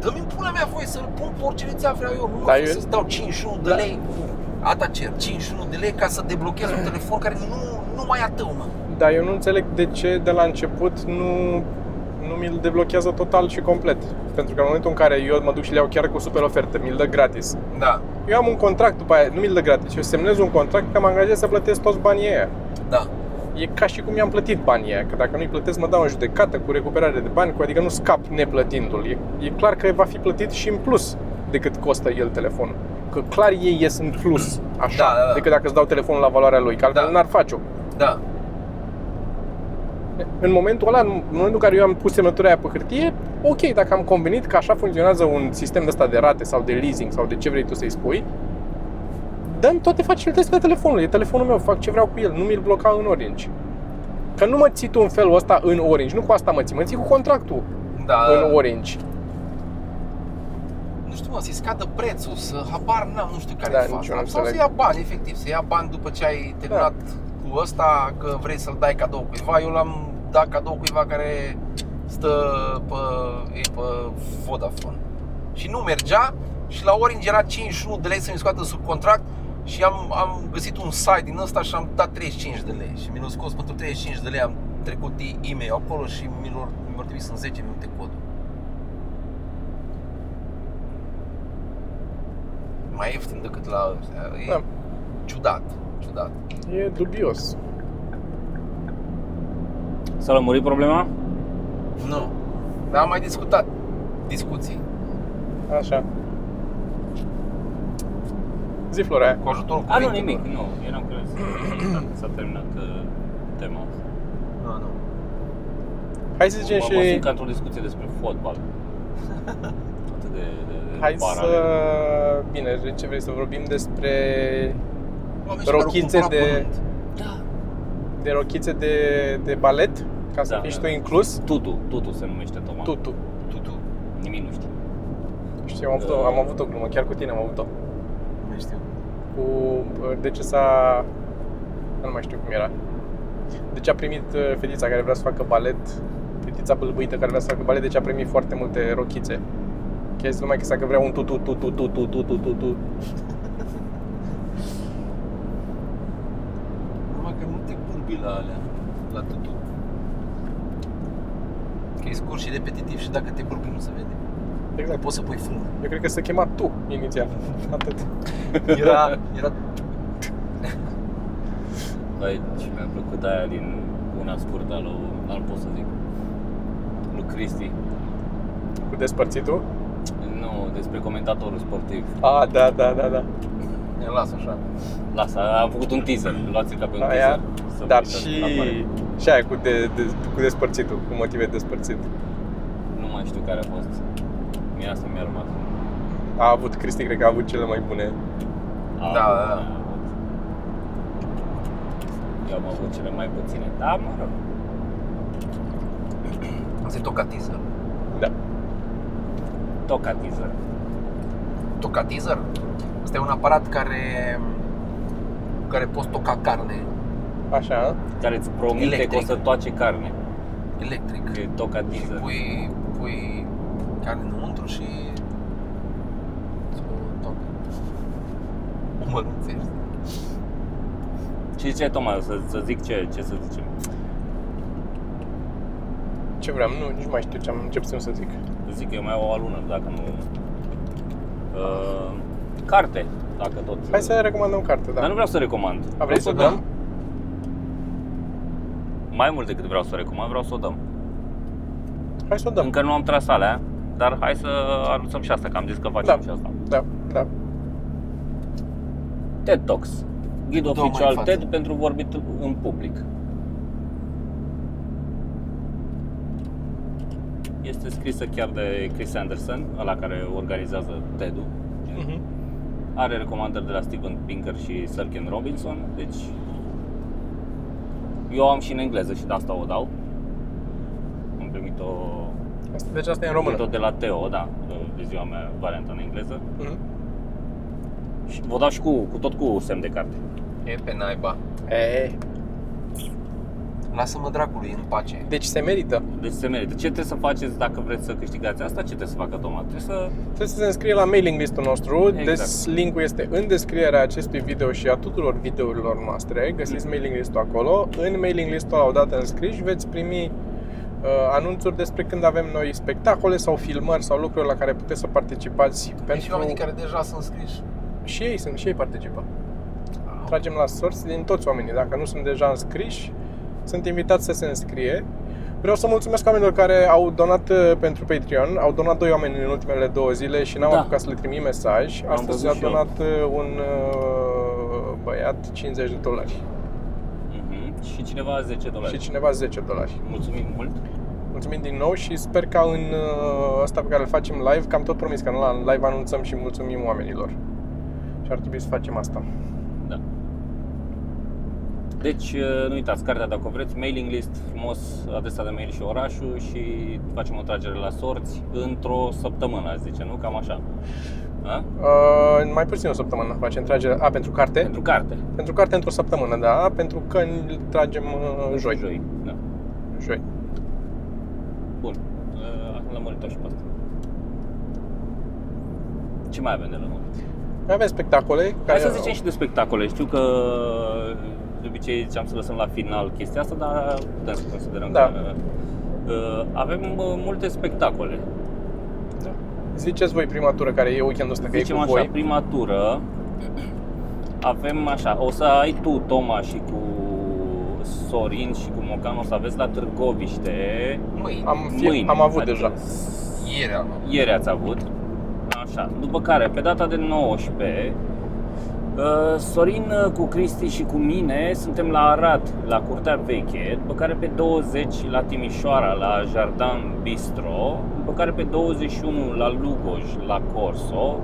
S3: Dă-mi în pula mea voie să-l pun pe orice rețea vreau eu, nu
S2: Da,
S3: da, eu... Da.
S2: eu-
S3: să-ți dau 51 de lei, ata cer 51 de lei ca să deblochez un telefon care nu, nu mai e a tău, mă.
S2: Dar eu nu înțeleg de ce de la început nu, nu mi-l deblochează total și complet. Pentru că în momentul în care eu mă duc și le iau chiar cu super ofertă, mi-l dă gratis.
S3: Da,
S2: Eu am un contract după aia, nu mi-l dă gratis, eu semnez un contract că mă angajez să plătesc toți banii aia.
S3: da.
S2: E ca și cum i-am plătit banii aia, că dacă nu-i plătesc mă dau în judecată cu recuperare de bani, cu adică nu scap neplătindu-l. E, e clar că va fi plătit și în plus decât costă el telefonul. Că clar ei ies în plus, așa,
S3: Da, da, da.
S2: decât dacă îți dau telefonul la valoarea lui, că altfel
S3: Da.
S2: n-ar face-o.
S3: Da,
S2: În momentul ăla, în momentul în care eu am pus semnătura aia pe hârtie, ok, dacă am convenit că așa funcționează un sistem de ăsta de rate sau de leasing sau de ce vrei tu să-i spui, dăm toate facilitățile telefonului. E telefonul meu, fac ce vreau cu el, nu mi-l bloca în Orange. Că nu mă ții tu în felul ăsta în Orange, nu cu asta mă ții, mă ții cu contractul
S3: da.
S2: în Orange.
S3: nu știu, mă, să-i scadă prețul, să habar n-am, nu știu care
S2: Da,
S3: e
S2: nici
S3: faza.
S2: eu
S3: Sau
S2: nu
S3: să
S2: înțeleg. Da.
S3: ia bani, efectiv, să ia bani după ce ai terminat cu ăsta, că vrei să-l dai cadou cuiva. Eu l-am dat cadou cuiva care stă pe, e pe Vodafone. Și nu mergea și la Orange era 51 de lei să-mi scoată sub contract și am, am găsit un site din ăsta și am dat 35 de lei și mi l-au scos pentru 35 de lei, am trecut e-mail acolo și mi l-au mi-au trimis în 10 minute codul. mai ieftin decât la ăștia. E
S2: Da.
S3: ciudat, ciudat.
S2: E dubios.
S4: S-a lămurit problema?
S3: Nu. Dar am mai discutat discuții
S2: Așa. Zi, Florea.
S3: cu ajutorul
S4: A, Ah, nu,
S3: cuvintelor.
S4: nimic, nu, eram curios. S-a terminat uh, tema asta.
S3: Nu, nu.
S2: Hai să zicem
S4: Mă simt
S2: și...
S4: ca într-o discuție despre
S2: [laughs]
S4: fotbal. Atât de, de, de
S2: Hai
S4: banal.
S2: să... Bine, de ce vrei să vorbim despre
S3: Oameni care au
S2: Rochițe
S3: cumpărat
S2: de-
S3: pământ.
S4: Da.
S2: de rochițe de, de balet, ca să
S4: Da,
S2: fii și
S4: da.
S2: tu inclus.
S4: Tutu, Tutu se numește Toma.
S2: Tu, tu.
S3: Tu, tu.
S4: Nimic nu știu.
S2: Da. Știi, am avut, o, am avut o glumă, chiar cu tine am avut-o.
S3: Nu știu.
S2: cu uh, de ce s-a... Nu mai știu cum era. De ce a primit uh, fetița care vrea să facă balet, fetița bâlbâită care vrea să facă balet, de ce a primit foarte multe rochițe. Chestia numai că s-a că vrea un tutu tu tu tu tu tu tu tu tu.
S3: Numai că nu te curbi la alea, la tutu. Că e scurt și repetitiv și dacă te curbi nu se vede. Nu
S2: Exact.
S3: poți să pui frână.
S2: [laughs] Eu cred că se chema tu [laughs] inițial. Atât.
S3: Era, era
S4: Băi, și mi-a plăcut aia din una scurtă al lui, al pot să zic, lui Cristi.
S2: Cu despărțitul.
S4: Nu, despre comentatorul sportiv.
S2: A, da, da, da, da.
S3: Ne las așa.
S4: Lasă, am făcut un teaser, luați-l ca pe un
S2: Aia,
S4: teaser. să
S2: dar
S4: vă uitați
S2: și,
S4: când apare.
S2: și aia cu, de, de, cu despărțitul, cu motive de despărțit.
S4: Nu mai știu care a fost. Mie asta mi-a rămas.
S2: A avut, Cristi cred că a avut cele mai bune.
S4: A,
S3: Da, da, da.
S4: Eu am avut cele mai puține, da, mă rog.
S3: Se tocatizer.
S2: Da.
S4: Toca teaser.
S3: Tocatizer? Asta e un aparat care cu care poți toca carne
S2: Așa,
S4: Care îți promite
S3: Electric.
S4: că o să toace carne.
S3: electric.
S4: E toca
S3: Și
S4: teaser.
S3: pui, pui carne înăuntru și o tocă. O mărunțești.
S4: Și ce, Toma, să, să zic ce, ce să zicem?
S2: ce vreau, nu, nici nu mai știu ce am început să zic.
S4: Să zic că eu mai au o lună, dacă nu...
S3: Da.
S4: Uh, carte, dacă tot...
S2: Hai să recomandăm carte,
S4: Dar nu da?
S2: da.
S4: vreau să recomand.
S2: A vrei să dăm?
S4: Mai mult decât vreau să o recomand, vreau să o dăm.
S2: Hai să o
S4: Da.
S2: dăm.
S4: Încă nu am tras alea, dar hai să anunțăm și asta, că am zis că facem
S2: Da.
S4: și asta.
S2: Da, da.
S4: TED Talks, ghid
S3: Dă-o mai în
S4: oficial
S3: față.
S4: TED pentru vorbit în public. Este scrisă chiar de Chris Anderson, ăla care organizează TED-ul.
S2: Mhm.
S4: Are recomandări de la Steven Pinker și Sirkin Robinson, deci eu am și în engleză și de asta o dau. Am primit o
S2: Asta- Deci asta e în română.
S4: Tot de la Teo, da, de ziua mea, varianta în engleză.
S2: Mhm.
S4: Și vă dau și cu, cu tot cu semn de carte.
S3: E pe naiba.
S2: E,
S3: Lasă-mă dracului în pace.
S2: deci se merită.
S4: Deci se merită. Ce trebuie să faceți dacă vreți să câștigați asta? Ce trebuie să facă Toma? Trebuie să...
S2: Trebuie să se înscrie la mailing listul nostru.
S4: Exact.
S2: Exact. Des, linkul este în descrierea acestui video și a tuturor videourilor noastre. Găsiți
S4: Mhm.
S2: mailing listul acolo. În mailing listul, odată înscriși, veți primi uh, anunțuri despre când avem noi spectacole sau filmări sau lucruri la care puteți să participați.
S4: Deci
S3: Pentru... Și oamenii care deja sunt scriși.
S2: și ei sunt, și ei participă.
S3: Au.
S2: Tragem la sorți din toți oamenii. Dacă nu sunt deja înscriși, sunt invitați să se înscrie. Vreau să mulțumesc oamenilor care au donat uh, pentru Patreon. Au donat doi oameni în ultimele două zile și n-am
S4: Da.
S2: apucat să le trimit mesaj.
S4: Am
S2: Astăzi
S4: văzut
S2: a
S4: și eu.
S2: donat uh, un uh, băiat 50 de dolari
S4: Mhm. Și cineva 10 dolari.
S2: și cineva 10 dolari.
S4: Mulțumim mult.
S2: Mulțumim din nou și sper ca în uh, ăsta pe care îl facem live, că am tot promis că la live anunțăm și mulțumim oamenilor. Și ar trebui să facem asta.
S4: Da. Deci, nu uitați, cartea dacă o vreți, mailing list, frumos, adresa de mail și orașul și facem o tragere la sorți într-o săptămână, aș zice, nu? Cam așa. A?
S2: Uh, în mai puțin o săptămână facem tragere. A, pentru carte?
S4: Pentru carte.
S2: Pentru carte într-o săptămână, da, pentru că îl tragem uh, joi. joi.
S4: Joi. Da.
S2: joi.
S4: Bun. Uh, Acum l-am murit și pe asta. Ce mai avem de lămurit?
S2: Mai avem spectacole
S4: Hai
S2: care
S4: să zicem și de spectacole. Știu că de obicei ziceam să lăsăm la final chestia asta, dar putem să considerăm
S2: Da.
S4: că uh, avem uh, multe spectacole.
S2: Ziceți voi prima tură care e weekendul ăsta, că e
S4: Zicem
S2: cu
S4: așa,
S2: voi.
S4: prima tură avem așa, o să ai tu, Toma, și cu Sorin și cu Mocan o să aveți la Târgoviște
S3: Măi, Am...
S2: Am, fi,
S4: mâine.
S2: am avut
S4: adică
S2: deja.
S3: ieri am avut.
S4: ieri ați avut. Așa, după care, pe data de 19, uh, Sorin uh, cu Cristi și cu mine suntem la Arad, la Curtea Veche, după care pe 20 la Timișoara, la Jardin Bistro, după care pe 21 la Lugoj, la Corso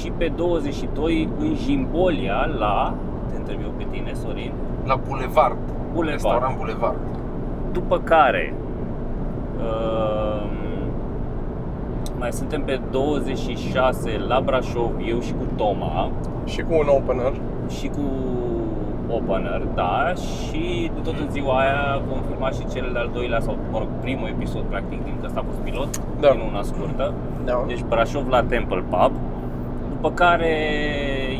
S4: și pe 22 în Jimbolia, la, te întreb eu pe tine, Sorin,
S3: la Boulevard.
S4: Boulevard.
S3: Restaurant Boulevard.
S4: După care um, uh, Mai suntem pe 26 la Brașov, eu și cu Toma
S2: Și cu un opener.
S4: și cu opener, da, și tot în ziua aia vom filma și cel de-al doilea sau mă rog, primul episod practic din că ăsta a fost pilot,
S2: Da.
S4: din una scurtă.
S2: Da.
S4: Deci Brașov la Temple Pub. După care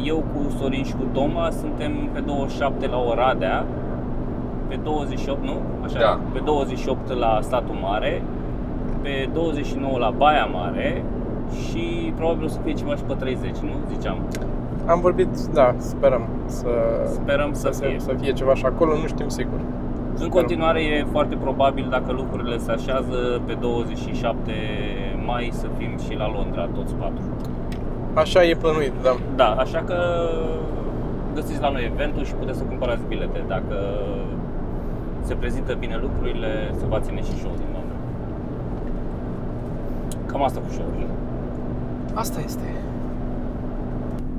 S4: eu cu Sorin și cu Toma suntem pe 27 la Oradea, pe 28, nu? Așa,
S3: Da.
S4: pe 28 la Statul Mare, pe 29 la Baia Mare și probabil o să fie ceva și pe 30, nu? Ziceam.
S2: Am vorbit, da, sperăm să,
S4: Sperăm să,
S2: să,
S4: fie.
S2: să fie ceva și acolo, nu știm sigur.
S4: În continuare e foarte probabil dacă lucrurile se așează pe 27 mai să fim și la Londra toți patru.
S2: Așa e plănuit, da.
S4: Da, așa că găsiți la noi eventul și puteți să cumpărați bilete. Dacă se prezintă bine lucrurile, se va ține și show din Londra. Cam asta cu show-urile.
S3: Asta este.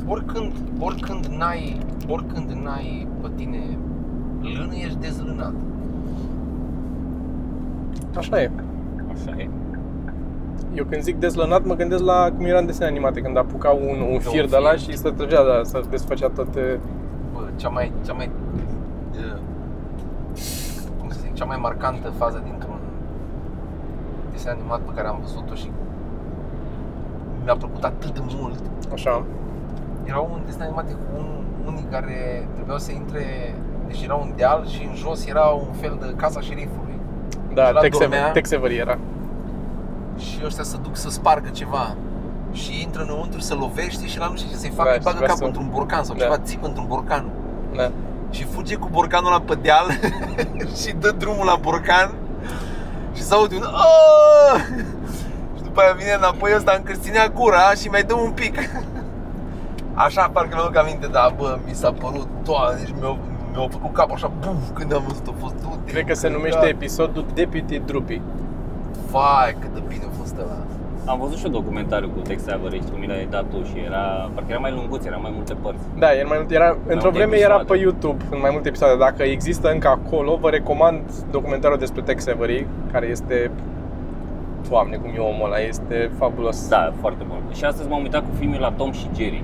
S3: Oricând, oricând n-ai, oricând n-ai pe tine lână, ești dezlânat.
S2: Așa e.
S4: Așa e.
S2: Eu când zic dezlănat, mă gândesc la cum era în desene animate, când apuca un, un
S4: Da,
S2: fir de
S3: fir.
S2: la și se trăgea, da, să desfăcea toate...
S3: Bă, cea mai, cea mai, uh, cum să zic, cea mai marcantă fază dintr-un desen animat pe care am văzut-o și mi-a plăcut atât de mult
S2: Așa.
S3: erau un desen animate cu un, unii care trebuiau să intre, deci era un deal și în jos era un fel de casa șerifului. Și
S2: Da,
S3: la
S2: Tex
S3: Domnea-
S2: Avery- Tex Avery era.
S3: Și ăștia să duc să spargă ceva. Și intră înăuntru, se lovește și la nu știu ce să-i facă,
S2: Da,
S3: îi
S2: și
S3: bagă
S2: vrea
S3: capul
S2: să-
S3: într-un borcan sau
S2: Da.
S3: ceva, țipă într-un borcan.
S2: Da.
S3: Și fuge cu borcanul la pe deal [laughs] și dă drumul la borcan și se aude un "Aaa!" Și după aia vine înapoi ăsta, încă își ținea gura și mai dă un pic Așa parcă mi-aduc aminte, dar bă, mi s-a părut toată, deci mi-a, mi-a făcut capul așa, buf, când am văzut-o, a fost du-te,
S2: Cred că se
S3: da.
S2: numește episodul Deputy Droopy.
S3: Vai, cât de bine a fost ăla
S4: Am văzut și un documentariu cu Tex Avery și cum mi l-ai dat tu și era, parcă era mai lunguț, era mai multe părți.
S2: Da, el mai mult era, într-o
S4: multe
S2: vreme era pe
S4: episoade.
S2: YouTube, în mai multe episoade. Dacă există încă acolo, vă recomand documentarul despre Tex Avery, care este... Doamne, cum e omul ăla, este fabulos.
S4: Da, foarte bun. Și astăzi m-am uitat cu filmul la Tom și Jerry.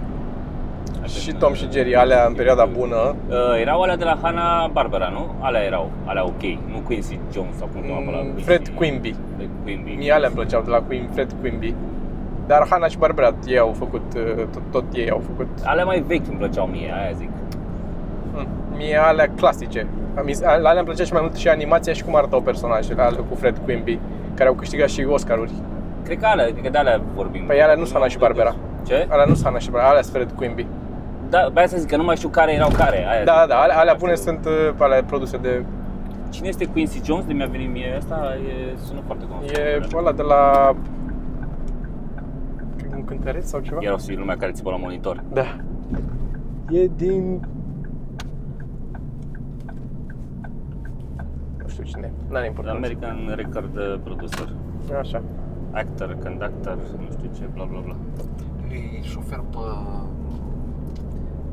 S2: Și
S4: Acest,
S2: Tom
S4: uh,
S2: și Jerry, alea în perioada bună.
S4: Uh, erau alea de la Hanna Barbera, nu? Alea erau, alea ok, nu Quincy Jones sau cum se
S2: Mm,
S4: cheamă ăla,
S2: Fred Quimby.
S4: Fred Quimby.
S2: Mie alea îmi plăceau de la Queen, Fred Quimby. Dar Hana și Barbara, ei au făcut, uh, tot, tot ei au făcut.
S4: Alea mai vechi îmi plăceau mie, aia zic.
S2: Mm. Mie alea clasice. Am zis- La alea îmi plăcea și mai mult și animația și cum arătau personajele, alea cu Fred Quimby, care au câștigat și Oscaruri.
S4: Cred că alea, cred că de alea vorbim.
S2: Păi alea nu-s Hanna și Barbera.
S4: Ce?
S2: Alea nu sunt Hana și Barbara, alea sunt Fred Quimby.
S4: Da, băia să zic că nu mai știu care erau care. Aia
S2: Da,
S4: zic.
S2: da, da, alea, alea bune sunt uh, alea produse de...
S4: Cine este Quincy Jones? De mi-a venit mie asta, e, sună foarte cunoscut.
S2: E ăla de la... Cred că un cântăreț sau ceva?
S4: Erau și lumea care țipă la monitor.
S2: Da. E din... Nu știu cine, n-are importanță.
S4: American Record uh, Producer.
S2: Așa.
S4: Actor, conductor, nu știu ce, bla bla bla.
S3: E șofer pe,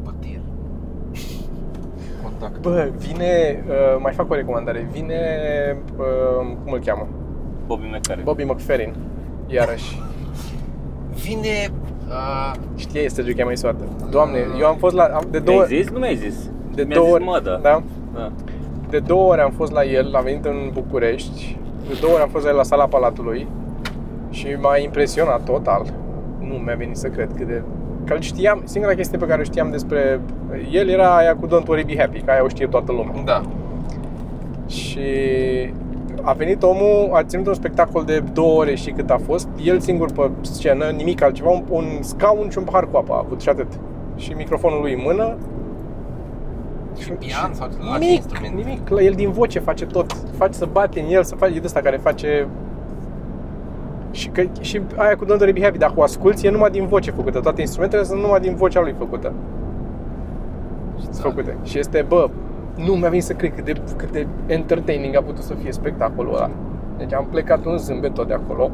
S3: pe tir Contact
S2: Bă, vine, uh, mai fac o recomandare, vine, uh, cum îl cheamă?
S4: Bobby McFerrin.
S2: Bobby McFerrin, iarăși.
S3: Vine uh,
S2: Știe este Duke mai soartă. Doamne, eu am fost la, am- de două,
S4: Mi-ai zis? Nu mi-ai zis.
S2: de
S4: mi-a
S2: două
S4: zis
S2: ori,
S4: mă, da.
S2: da,
S4: da.
S2: de două ori am fost la el, am venit în București, de două ori am fost la el la sala Palatului și m-a impresionat total. Nu mi-a venit să cred cât de... Că îl știam, singura chestie pe care o știam despre el era aia cu Don't Worry Be Happy, că aia o știe toată lumea.
S3: Da
S2: Și a venit omul, a ținut un spectacol de două ore și cât a fost, el singur pe scenă, nimic altceva, un, un scaun și un pahar cu apă a avut și atât. Și microfonul lui în mână.
S3: Și pian sau la ce
S2: Nimic,
S3: instrument?
S2: nimic, la el din voce face tot, face să bate în el, să face, e de ăsta care face și, că, și aia cu Don't Worry Be Happy, dacă o asculti, e numai din voce făcută. Toate instrumentele sunt numai din vocea lui făcută.
S3: Da.
S2: făcute. Și este, bă, nu mi-a venit să cred cât de, cât de entertaining a putut să fie spectacolul ăla. Deci am plecat un zâmbet tot de acolo.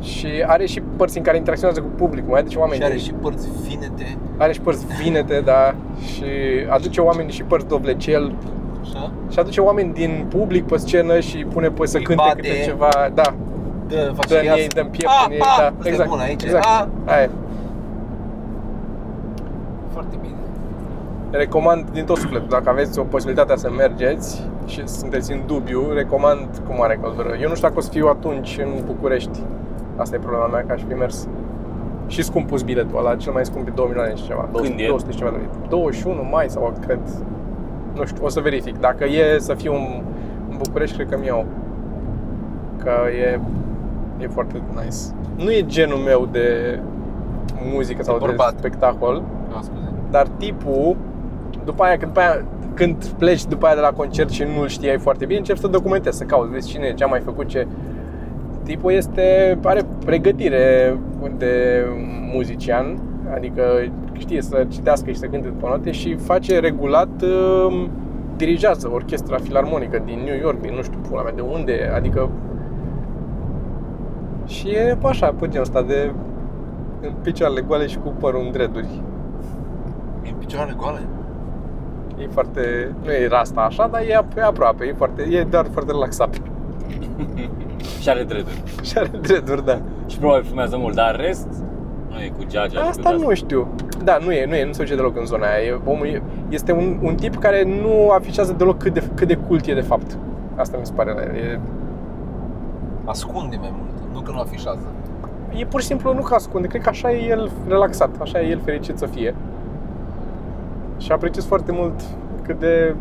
S2: Și are și părți în care interacționează cu publicul, mai are și oameni.
S3: Și are și părți finete
S2: are și părți vinete, da, și aduce oameni și părți dovlecel
S3: Așa
S2: și aduce oameni din public pe scenă și pune pe să
S3: Îi
S2: cânte
S3: bate.
S2: câte ceva, da.
S3: dă, faci
S2: Dăm
S3: ia-
S2: ei, dăm piept
S3: A,
S2: în ei,
S3: a,
S2: da,
S3: Ah, ăsta e
S2: exact.
S3: bun aici. Ah.
S2: exact.
S3: A,
S2: Aia e.
S3: foarte bine.
S2: Recomand din tot sufletul, dacă aveți o posibilitatea să mergeți și sunteți în dubiu, recomand cu mare căldură. Eu nu știu dacă o să fiu atunci în București. Asta e problema mea, că aș fi mers. Și scump pus biletul ăla, cel mai scump e 2 milioane și ceva. 200,
S4: e?
S2: 200 și ceva de lei. 21 mai sau cred. Nu știu, o să verific. Dacă e să fiu în, în București, cred că mi iau. Că e, e foarte nice. Nu e genul meu de muzică sau de
S3: bărbat.
S2: spectacol
S3: A, scuze.
S2: dar tipul, după aia, când, după aia, când pleci după aia de la concert și nu-l știai foarte bine, începi să documentezi, să cauți, vezi cine e, ce a mai făcut, ce... Tipul este, are pregătire de muzician, adică știe să citească și să cânte după note și face regulat, um, dirigează orchestra filarmonică din New York, din nu știu pula mea de unde, e, adică și e așa, pe genul ăsta de în picioarele goale și cu părul în dreduri.
S3: E în picioare goale?
S2: E foarte... Nu e rasta așa, dar e, ap- e aproape, e, foarte, e doar foarte relaxat. [laughs]
S4: Și are drepturi.
S2: Și are drepturi, da.
S4: Și probabil fumează mult, dar în rest nu e cu geagea. și cu
S2: Asta
S4: de-astea.
S2: nu știu. Da, nu e, nu e, nu se duce deloc în zona aia. E, omul e, este un, un tip care nu afișează deloc cât de, cât de cult e de fapt. Asta mi se pare la el. E,
S3: Ascunde mai mult, nu că nu afișează.
S2: e pur și simplu nu că ascunde, cred că așa e el relaxat, așa e el fericit să fie. Și apreciez foarte mult cât de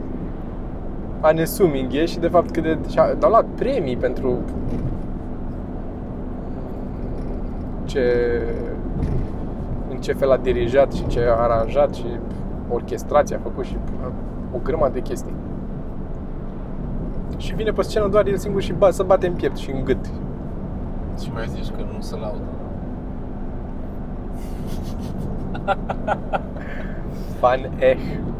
S2: unesuming e și de fapt cât de... și-a a luat premii pentru ce, în ce fel a dirijat și ce a aranjat și orchestrația a făcut și o grămadă de chestii. Și vine pe scenă doar el singur și ba, să bate în piept și în gât.
S3: Și mai zici că nu se laudă.
S2: Fan eh.